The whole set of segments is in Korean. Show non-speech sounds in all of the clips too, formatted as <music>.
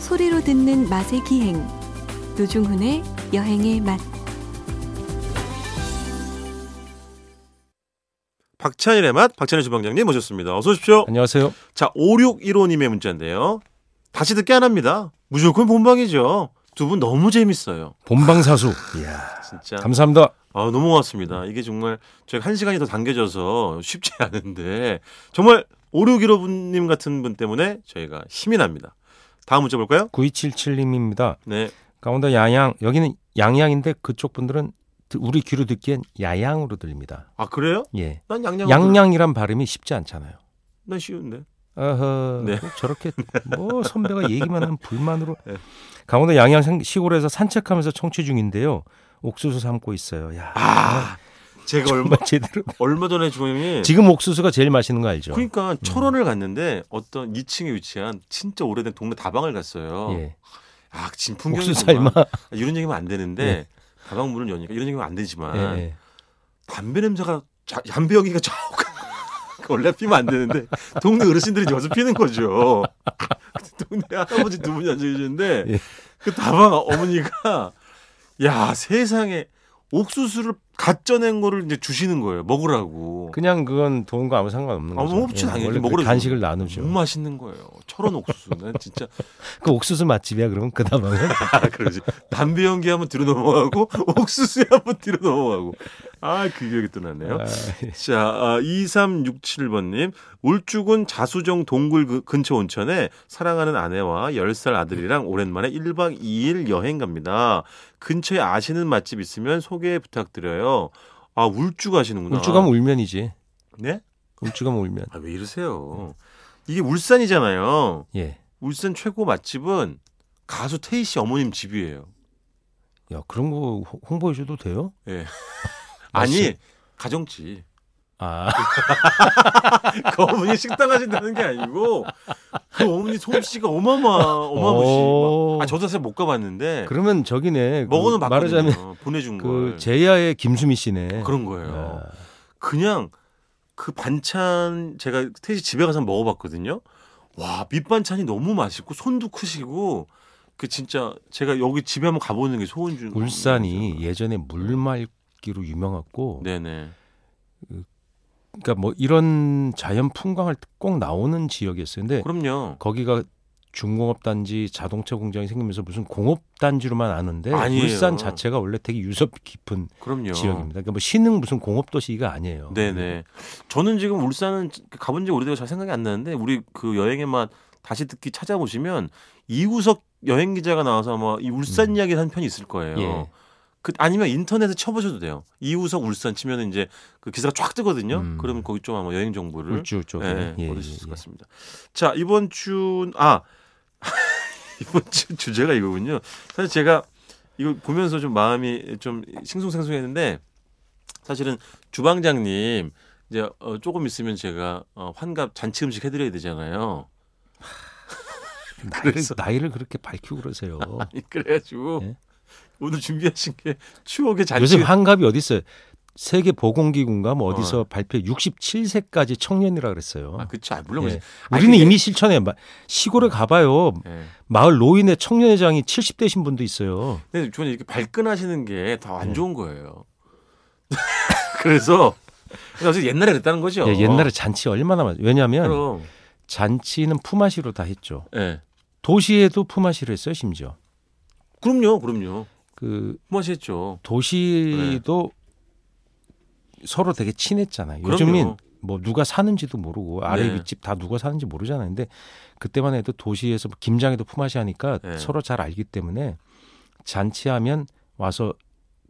소리로 듣는 맛의 기행 노중훈의 여행의 맛 박찬일의 맛, 박찬일 주방장님 모셨습니다. 어서 오십시오. 안녕하세요. 자, 5615님의 문자인데요. 다시 듣게 안 합니다. 무조건 본방이죠. 두 분 너무 재밌어요. 본방사수. 예, 진짜. 감사합니다. 아, 너무 고맙습니다. 이게 정말 저희가 한 시간이 더 당겨져서 쉽지 <laughs> 않은데 정말 5615님 같은 분 때문에 저희가 힘이 납니다. 다음 문자 볼까요? 9277님입니다. 네. 강원도 야양. 여기는 양양인데 그쪽 분들은 드- 우리 귀로 듣기엔 야양으로 들립니다. 아, 그래요? 예. 난 양양. 양양이란 발음이 쉽지 않잖아요. 난 쉬운데. 어허, 네. 꼭 저렇게 뭐 선배가 얘기만 하면 불만으로. 네. 강원도 양양 산- 시골에서 산책하면서 청취 중인데요. 옥수수 삶고 있어요. 야, 아, 제가 얼마 정말 제대로. 얼마 전에 주영이 지금 옥수수가 제일 맛있는 거 네. 알죠? 그러니까 철원을 갔는데 어떤 2층에 위치한 진짜 오래된 동네 다방을 갔어요. 예. 아, 진풍경이 옥수수 삶아. 이런 얘기면 안 되는데 예. 다방 문을 여니까 이런 얘기면 안 되지만 예, 예. 담배 냄새가 자, 담배 연기가 조금 <laughs> 원래 피면 안 되는데 동네 어르신들이 여기서 피는 거죠. <laughs> 근데 동네 할아버지 두 분이 앉아 계시는데 예. 그 다방 어머니가 야 세상에 옥수수를 갓 쪄낸 거를 이제 주시는 거예요. 먹으라고. 그냥 그건 돈과 아무 상관없는 아, 거죠. 뭐 없지, 예, 당연히. 음, 원래 그 먹으러 간식을 너무 나누죠. 맛있는 거예요. 철원 옥수수. 난 <laughs> 진짜 그 옥수수 맛집이야 그러면 <laughs> 그 다음에 아, 그러지. 담배 연기 한번 뒤로 넘어가고 <laughs> 옥수수에 한번 뒤로 넘어가고. 아, 그 기억이 또 나네요. 예. 자, 아, 2367번님. 울주군 자수정 동굴 그- 근처 온천에 사랑하는 아내와 10살 아들이랑 오랜만에 1박 2일 여행 갑니다. 근처에 아시는 맛집 있으면 소개 부탁드려요. 아, 울주 가시는구나. 울주가면 울면이지. 네? 울주가면 울면. 아, 왜 이러세요? 이게 울산이잖아요. 예. 울산 최고 맛집은 가수 테이 씨 어머님 집이에요. 야 그런 거 홍- 홍보해 줘도 돼요? 예. <laughs> 맛이- 아니 가정집 <laughs> 아 그 어머니 식당 하신다는 게 아니고 그 어머니 솜씨가 어마마 오. 어마무시. 아 저도 사실 못 가봤는데 그러면 저기네. 그러니까 그 네. 먹어는 봤거든요. 말하자면 보내준 그 걸 제야의 김수미 씨네. 아, 그런 거예요. 그냥 그 반찬 제가 태시 집에 가서 먹어봤거든요. 와 밑반찬이 너무 맛있고 손도 크시고 그 진짜 제가 여기 집에 한번 가보는 게 소원 중. 울산이 예전에 물맑기로 유명했고, 음, 그렇죠. 네네. 그러니까 뭐 이런 자연 풍광을 꼭 나오는 지역이었어요. 근데 그럼요. 거기가 중공업 단지, 자동차 공장이 생기면서 무슨 공업 단지로만 아는데 아니에요. 울산 자체가 원래 되게 유섭 깊은 그럼요. 지역입니다. 그러니까 뭐 신흥 무슨 공업 도시가 아니에요. 네네. 음. 저는 지금 울산은 가본 지 오래돼서 잘 생각이 안 나는데 우리 그 여행의 맛 다시 듣기 찾아보시면 이구석 여행 기자가 나와서 아마 이 울산 음. 이야기 를한 편이 있을 거예요. 예. 그 아니면 인터넷에 쳐보셔도 돼요. 이우석 울산 치면 이제 그 기사가 쫙 뜨거든요. 음. 그러면 거기 좀 아마 여행 정보를 울주 쪽에. 예, 예, 얻으실 것 예, 예. 같습니다. 자 이번 주아 <laughs> 이번 주 주제가 이거군요. 사실 제가 이거 보면서 좀 마음이 좀 싱숭생숭했는데 사실은 주방장님 이제 어, 조금 있으면 제가 어, 환갑 잔치 음식 해드려야 되잖아요. <laughs> 나이를, 그래서- 나이를 그렇게 밝히고 <laughs> 그러세요. 그래가지고 예. 오늘 준비하신 게 추억의 잔치. 요즘 환갑이 어디 있어요? 세계 보건기구인가 뭐 어디서 발표 67세까지 청년이라 그랬어요. 아 그쵸. 아, 물론 예. 그치. 아니, 우리는 그게- 이미 실천해. 마- 시골에 가봐요. 예. 마을 노인의 청년회장이 70대신 분도 있어요. 근데 저는 이렇게 발끈하시는 게 더 네. 안 좋은 거예요. <laughs> 그래서 그래서 어쨌든 옛날에 그랬다는 거죠. 예, 옛날에 잔치 얼마나 많. 왜냐하면 그럼 잔치는 품앗이로 다 했죠. 예. 도시에도 품앗이로 했어요. 심지어 그럼요, 그럼요. 뭐 그 무시했죠. 도시도 서로 되게 친했잖아요. 요즘은 네. 그럼요. 뭐 누가 사는지도 모르고 아래 네. 윗집 다 누가 사는지 모르잖아요. 근데 그때만 해도 도시에서 뭐 김장에도 품앗이 하니까 네. 서로 잘 알기 때문에 잔치하면 와서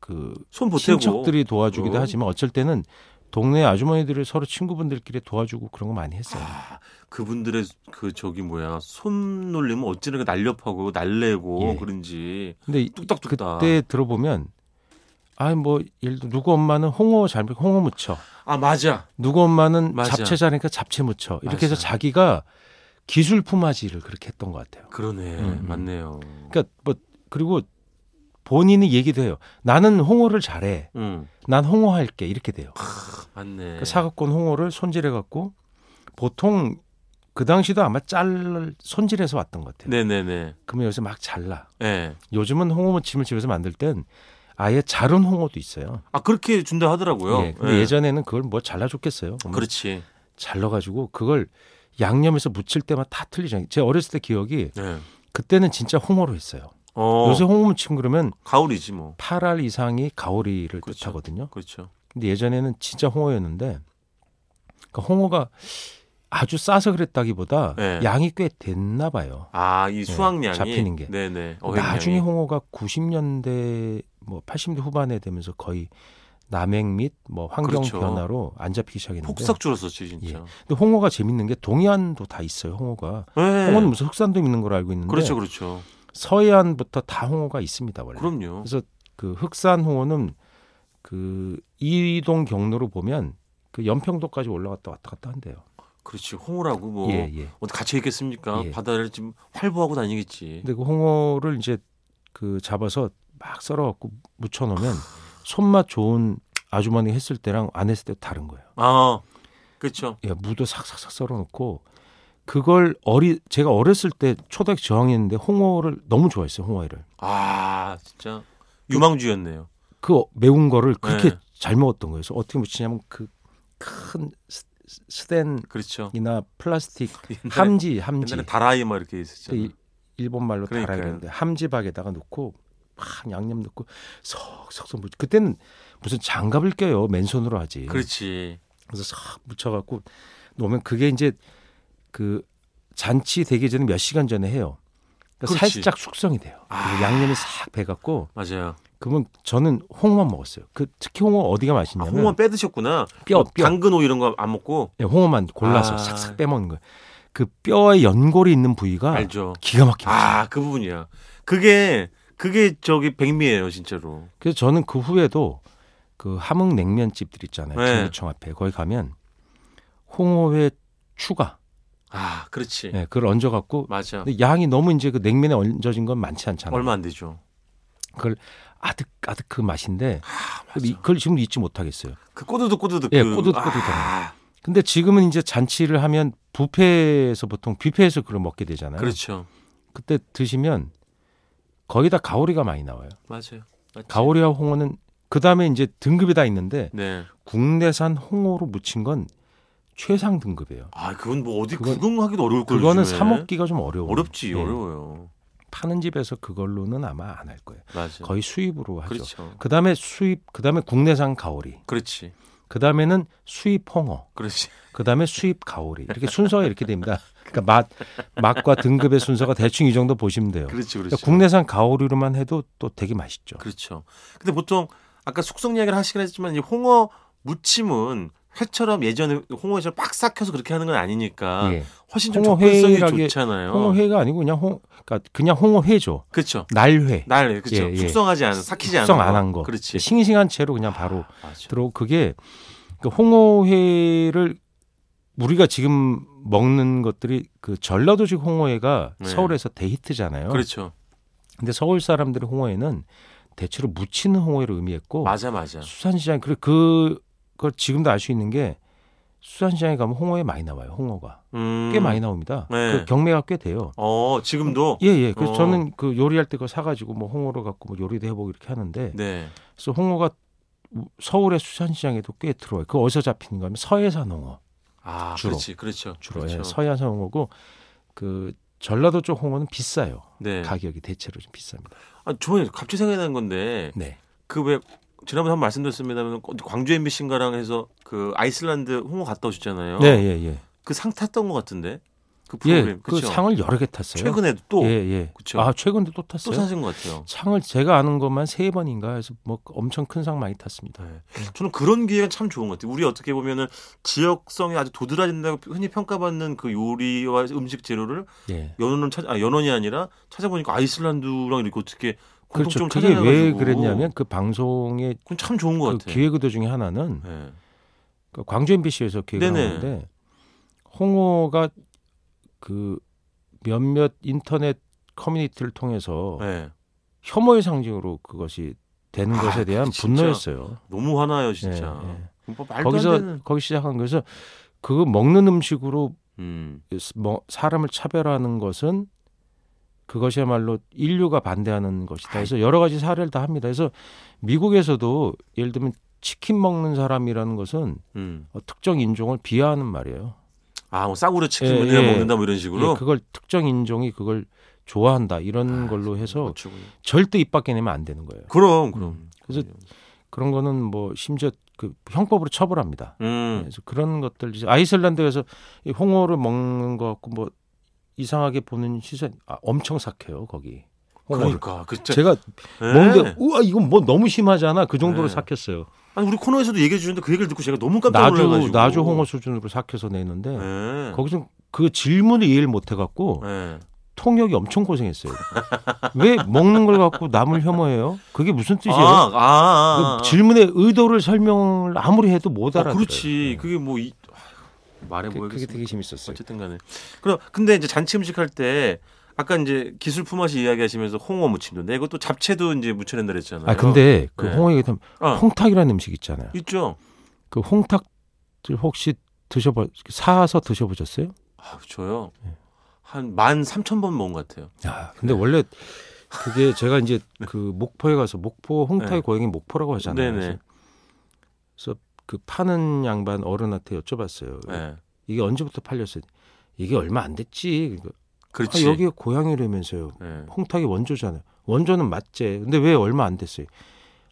그 손 보태고. 친척들이 도와주기도 뭐 어. 하지만 어쩔 때는 동네 아주머니들이 서로 친구분들끼리 도와주고 그런 거 많이 했어요. 아, 그분들의 그 저기 뭐야 손놀림은 어찌나 날렵하고 날래고 예. 그런지 근데 이- 뚝딱뚝딱. 그때 들어보면 아뭐 예를 들어 누구 엄마는 홍어 잘 먹- 홍어 무쳐 아 맞아. 누구 엄마는 맞아. 잡채 잘하니까 잡채 무쳐 이렇게 해서 맞아. 자기가 기술 품앗이를 그렇게 했던 것 같아요. 그러네, 음, 음. 맞네요. 그러니까 뭐 그리고 본인이 얘기도 해요. 나는 홍어를 잘해. 응, 난 홍어 네. 할게 이렇게 돼요. 음, 맞네. 그러니까 사갖고 온 홍어를 손질해 갖고 보통 그 당시도 아마 짤 손질해서 왔던 것 같아요. 네네네. 그러면 여기서 막 잘라. 예. 요즘은 홍어 무침을 집에서 만들 땐 아예 자른 홍어도 있어요. 아 그렇게 준다 하더라고요. 네. 그렇죠. 예, 근데 예전에는 그걸 뭐 잘라 줬겠어요. 그렇지. 잘라가지고 그걸 양념에서 무칠 때만 다 틀리잖아요. 제 어렸을 때 기억이 예. 그때는 진짜 홍어로 했어요. 어. 요새 홍어 무침 그러면 가을이지 뭐. 8알 이상이 가오리를 그렇죠. 뜻하거든요. 그렇죠. 근데 예전에는 진짜 홍어였는데 그 홍어가 아주 싸서 그랬다기보다 네. 양이 꽤 됐나 봐요. 아 이 수확량이 네, 잡히는 게. 네네. 어획량이. 나중에 홍어가 90년대 뭐 80년대 후반에 되면서 거의 남행 및 뭐 환경 그렇죠. 변화로 안 잡히기 시작했는데 폭삭 줄었었지 진짜. 근데 홍어가 재밌는 게 동해안도 다 있어요 홍어가 네. 홍어는 무슨 흑산도 있는 걸로 알고 있는데 그렇죠, 그렇죠. 서해안부터 다 홍어가 있습니다 원래 그럼요. 그래서 그 흑산 홍어는 그 이동 경로로 보면 그 연평도까지 올라갔다 왔다 갔다 한대요. 그렇지. 홍어라고 뭐 예, 예. 어디 갇혀 있겠습니까? 예. 바다를 지금 활보하고 다니겠지. 근데 그 홍어를 이제 그 잡아서 막 썰어 갖고 무쳐 놓으면 아. 손맛 좋은 아주머니 했을 때랑 안 했을 때 다른 거예요. 아, 그렇죠. 예, 무도 싹싹싹 썰어 놓고 그걸 어리 제가 어렸을 때 초등학교 저학년인데 홍어를 너무 좋아했어요, 홍어회를. 아, 진짜 유망주였네요. 그 매운 거를 그렇게 네. 잘 먹었던 거예요. 그래서 어떻게 무치냐면 그 큰 스텐 그렇죠. 이나 플라스틱 옛날에- 함지 예. 함지 네. 옛날에 다라이 막 이렇게 그 있었잖아요. 일- 일본 말로 달아야 그러니까요. 되는데 함지박에다가 넣고 막 양념 넣고 석석석 무 그때는 무슨 장갑을 껴요 맨손으로 하지 그렇지. 그래서 싹 묻혀갖고 놓으면 그게 이제 그 잔치 되기 전에 몇 시간 전에 해요 그러니까 그렇지. 아. 살짝 숙성이 돼요 그리고 양념이 싹 배갖고 맞아요. 그러면 저는 홍어만 먹었어요 그 특히 홍어 어디가 아, 맛있냐면 홍어 빼드셨구나. 뭐 뼈, 뼈. 당근 오 이런 거 안 먹고 예, 홍어만 골라서 아. 싹싹 빼먹는 거예요 그 뼈의 연골이 있는 부위가 알죠. 기가 막히게 아 그 부분이야. 그게 그게 저기 백미예요 진짜로. 그래서 저는 그 후에도 그 함흥 냉면집들 있잖아요. 네. 중구청 앞에 거기 가면 홍어회 추가 아 그렇지. 예, 그걸 얹어 갖고 맞아. 근데 양이 너무 이제 그 냉면에 얹어진 건 많지 않잖아요. 얼마 안 되죠. 그걸 아득 아득 그 맛인데 아, 맞아. 그걸 이- 그걸 지금 도 잊지 못하겠어요. 그 꼬드득 꼬드득. 예, 그- 꼬드득꼬드득. 아, 근데 지금은 이제 잔치를 하면 뷔페에서 보통 뷔페에서 그걸 먹게 되잖아요. 그렇죠. 때 드시면 거기다 가오리가 많이 나와요. 맞아요. 맞지. 가오리와 홍어는 그다음에 이제 등급이 다 있는데 네. 국내산 홍어로 무친 건 최상 등급이에요. 아 그건 뭐 어디 그건- 구경하기도 어려울 걸 그거는 요즘에. 사 먹기가 좀 어려워요. 어렵지 예. 어려워요. 파는 집에서 그걸로는 아마 안 할 거예요. 맞아. 거의 수입으로 하죠. 그렇죠. 그다음에 수입, 그다음에 국내산 가오리, 그렇지. 그다음에는 수입 홍어, 그렇지. 그다음에 수입 가오리 이렇게 순서가 이렇게 됩니다. 그러니까 맛, 맛과 등급의 순서가 대충 이 정도 보시면 돼요. 그렇지. 그러니까 그렇지. 국내산 가오리로만 해도 또 되게 맛있죠. 그렇죠. 근데 보통 아까 숙성 이야기를 하시긴 했지만 이 홍어 무침은 회처럼 예전에 홍어에서 빡 삭혀서 그렇게 하는 건 아니니까 예. 훨씬 좀 홍어 접근성이 회라기- 좋잖아요. 홍어회가 아니고 그냥 홍, 그러니까 그냥 홍어회죠. 그렇죠. 날회. 날 그렇죠. 예, 예. 숙성하지 않은 삭히지 않은 숙성 안 한 거. 예. 그렇지. 싱싱한 채로 그냥 바로 맞아. 들어 그게 그 홍어회를 우리가 지금 먹는 것들이 그 전라도식 홍어회가 네. 서울에서 대히트잖아요. 그렇죠. 근데 서울 사람들의 홍어회는 대체로 무치는 홍어회를 의미했고 맞아 맞아. 수산시장 그래 그 그걸 지금도 알 수 있는 게 수산시장에 가면 홍어회 많이 나와요. 홍어가 음. 꽤 많이 나옵니다. 네. 그 경매가 꽤 돼요. 어 지금도 예, 예. 그래서 어. 저는 그 요리할 때 그거 사가지고 뭐 홍어를 갖고 뭐 요리도 해보고 이렇게 하는데 네. 그래서 홍어가 서울의 수산시장에도 꽤 들어와요. 그 어디서 잡히는 거면 서해산 홍어. 아 주로. 그렇지 그렇죠. 주로 그렇죠. 예, 서해안 홍어고 그 전라도 쪽 홍어는 비싸요. 네. 가격이 대체로 좀 비쌉니다. 아 저번에 갑자기 생각이 난 건데 네. 그 왜 지난번에 한 번 말씀드렸습니다만 그 광주 MBC인가랑 해서 그 아이슬란드 홍어 갔다 오셨잖아요. 네, 예, 예. 그 상 탔던 것 같은데 그 예, 프로그램 그 그쵸? 상을 여러 개 탔어요. 최근에도 또 또 예, 예. 그쵸? 아, 최근도 또 탔어요. 사신 것 같아요. 상을 제가 아는 것만 세 번인가 해서 뭐 엄청 큰 상 많이 탔습니다. 네. 저는 그런 기회가 참 좋은 것 같아요. 우리 어떻게 보면은 지역성이 아주 도드라진다고 흔히 평가받는 그 요리와 음식 재료를 예. 연원을 찾, 아, 연원이 아니라 찾아보니까 아이슬란드랑 이렇게 어떻게 그렇죠. 공통점 그게 왜 찾아내가지고 그랬냐면 그 방송의 그건 참 좋은 것 그 같아요. 기획 의도 중에 하나는 네. 그 광주 MBC에서 기획을 네네. 하는데 홍어가 그 몇몇 인터넷 커뮤니티를 통해서 네. 혐오의 상징으로 그것이 되는 아, 것에 대한 진짜. 분노였어요. 너무 화나요 진짜. 예, 예. 뭐 말도 안 거기서 되는. 거기 시작한 거에서 그거 먹는 음식으로 음. 뭐 사람을 차별하는 것은 그것이야말로 인류가 반대하는 것이다. 그래서 여러 가지 사례를 다 합니다. 그래서 미국에서도 예를 들면 치킨 먹는 사람이라는 것은 음. 어, 특정 인종을 비하하는 말이에요. 아, 뭐 싸구려 치킨 예, 을 그냥 예. 먹는다 뭐 이런 식으로. 예, 그걸 특정 인종이 그걸 좋아한다 이런 아, 걸로 해서 맞추군요. 절대 입 밖에 내면 안 되는 거예요. 그럼 그럼. 그래서 그런 거는 뭐 심지어 그 형법으로 처벌합니다. 음. 그래서 그런 것들 이제 아이슬란드에서 이 홍어를 먹는 거 같고 뭐 이상하게 보는 시선 아, 엄청 삭해요 거기. 홍어를. 그러니까 그 진짜- 예, 뭐 제가 예. 먹는데 우와 이건 뭐 너무 심하잖아 그 정도로 네. 삭혔어요. 아니 우리 코너에서도 얘기해 주는데 그 얘기를 듣고 제가 너무 깜짝 나주 놀라가지고. 나주 홍어 수준으로 삭혀서 내는데 예. 거기서 그 질문을 이해를 못 해갖고 예. 통역이 엄청 고생했어요. 왜 먹는 걸 갖고 남을 혐오해요? 그게 무슨 아, 뜻이에요? 아, 아, 아. 그 질문의 의도를 설명을 아무리 해도 못 아, 알아들어요. 그렇지. 네. 그게 뭐 이, 아휴, 말해 그- 그게 보겠습니다. 되게 재밌었어요. 네. 어쨌든 간에. 그럼 근데 이제 잔치 음식 할 때 아까 이제 기술 품앗이 이야기하시면서 홍어 무침도인데 이것도 잡채도 이제 무쳐낸다 그랬잖아요. 아 근데 그 네. 홍어 얘기하면 아, 홍탁이라는 음식 있잖아요. 있죠. 그 홍탁들 혹시 드셔보 사서 드셔보셨어요? 아, 저요. 한 만 삼천 번 먹은 것 같아요. 아 근데 원래 그게 제가 이제 그 목포에 가서 목포 홍탁의 네. 고향이 목포라고 하잖아요. 네네. 그래서, 그래서 그 파는 양반 어른한테 여쭤봤어요. 네. 이게 언제부터 팔렸어요? 이게 얼마 안 됐지. 그러니까, 아, 그렇지. 여기 고향이라면서요. 네. 홍탁이 원조잖아요. 원조는 맞지. 근데 왜 얼마 안 됐어요?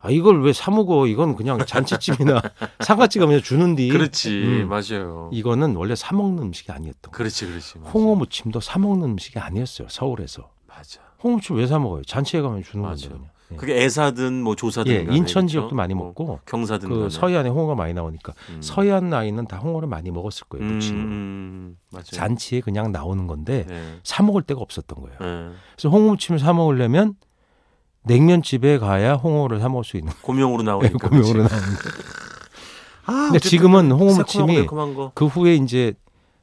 아 이걸 왜 사먹어? 이건 그냥 잔치집이나 <laughs> 상가집 가면 주는디. 그렇지. 음. 맞아요. 이거는 원래 사 먹는 음식이 아니었던 거예요. 그렇지, 그렇지. 맞아. 홍어 무침도 사 먹는 음식이 아니었어요. 서울에서. 맞아. 홍어 무침 왜 사 먹어요? 잔치에 가면 주는 맞아요. 건데 그냥. 예. 그게 애사든 뭐 조사든 예, 간에 인천 그렇죠? 지역도 많이 뭐 먹고 경사든 그 간에. 서해안에 홍어가 많이 나오니까 음. 서해안 라인은 다 홍어를 많이 먹었을 거예요. 음, 무침으로. 음, 맞아요. 잔치에 그냥 나오는 건데 네. 사 먹을 데가 없었던 거예요. 네. 그래서 홍어 무침을 사 먹으려면 냉면집에 가야 홍어를 사 먹을 수 있는 고명으로 거예요. 나오니까. 고명으로 <laughs> 그렇지. 나오는. 아, 그렇죠. 근데 어쨌든 지금은 홍어 새콤하고 무침이 매콤한 거. 그 후에 이제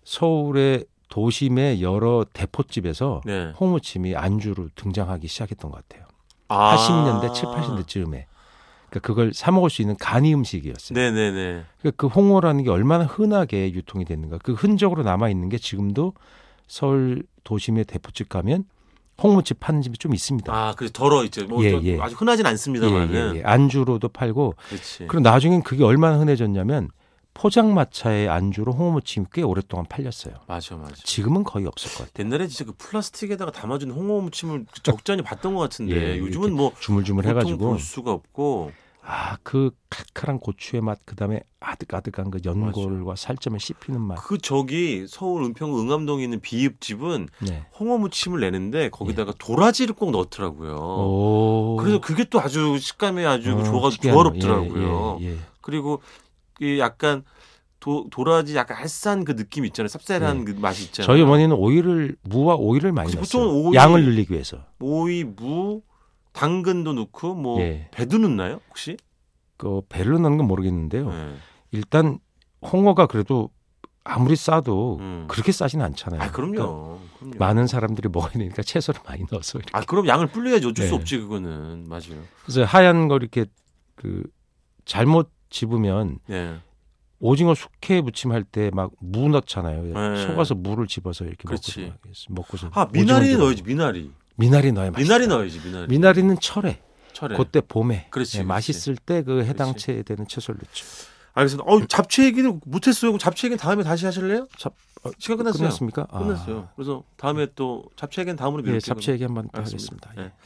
서울의 도심의 여러 대포집에서 네. 홍어 무침이 안주로 등장하기 시작했던 것 같아요. 아. 80년대, 7, 80년대 쯤에. 그러니까 그걸 사 먹을 수 있는 간이 음식이었어요. 네네네. 그러니까 그 홍어라는 게 얼마나 흔하게 유통이 됐는가. 그 흔적으로 남아 있는 게 지금도 서울 도심의 대포집 가면 홍어무침 파는 집이 좀 있습니다. 아, 그래서 덜어 있죠. 뭐 예, 좀 예. 아주 흔하진 않습니다만은. 예. 예, 예. 안주로도 팔고 그렇지. 그리고 나중엔 그게 얼마나 흔해졌냐면 포장마차의 안주로 홍어무침이 꽤 오랫동안 팔렸어요. 맞아, 맞아. 지금은 거의 없을 것 같아요. 옛날에 진짜 그 플라스틱에다가 담아준 홍어 무침을 적잖이 봤던 것 같은데 예, 요즘은 이렇게 뭐 주물주물 보통 해가지고 볼 수가 없고 아 그 칼칼한 고추의 맛 그다음에 아득아득한 그 연골과 살점에 씹히는 맛. 그 저기 서울 은평구 응암동에 있는 비읍집은 네. 홍어 무침을 내는데 거기다가 도라지를 꼭 넣더라고요. 예. 오. 어, 그래서 그게 또 아주 식감이 아주 어, 조화, 특이한 거. 조화롭더라고요. 예, 예, 예. 그리고 이 약간 도, 도라지 약간 알싸한 그 느낌 있잖아요. 쌉쌀한 그 맛이 있잖아요. 예. 저희 어머니는 오이를 무와 오이를 많이 그치, 넣었어요. 보통은 오이- 양을 늘리기 위해서. 오이, 무, 당근도 넣고 뭐 예. 배도 넣나요 혹시? 그 배를 넣는 건 모르겠는데요. 네. 일단 홍어가 그래도 아무리 싸도 음. 그렇게 싸지는 않잖아요. 아 그러니까 그럼요. 그럼요. 많은 사람들이 먹어야 되니까 채소를 많이 넣어서 이렇게. 아 그럼 양을 불려야지 어쩔 수 네. 없지 그거는 맞아요. 그래서 하얀 거 이렇게 그 잘못 집으면 예. 오징어 숙회 무침 할 때 막 무 넣잖아요. 네. 속아서 무를 집어서 이렇게 그렇지. 먹고서 막 이렇게 먹고서 아 미나리 넣어야지 미나리. 미나리 넣어야 맛있어. 미나리 넣어야지 미나리. 미나리는 철에 철에. 그때 봄에 그렇지, 예, 그렇지. 맛있을 때 그 해당 그렇지. 채 되는 채소를 넣죠. 알겠습니다. 어 잡채 얘기는 못했어요. 그럼 잡채 얘기는 다음에 다시 하실래요? 잡- 어, 시간 끝났어요. 끝났습니까? 아. 끝났어요. 그래서 다음에 또 잡채 얘기는 다음으로 예, 미룰게요. 잡채 얘기 한번 더 알겠습니다. 하겠습니다. 네.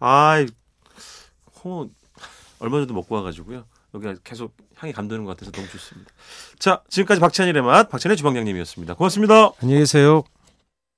아, 홍어 얼마 전에도 먹고 와가지고요. 여기가 계속 향이 감도는 것 같아서 너무 좋습니다. 자, 지금까지 박찬일의 맛, 박찬일 주방장님이었습니다. 고맙습니다. 안녕히 계세요.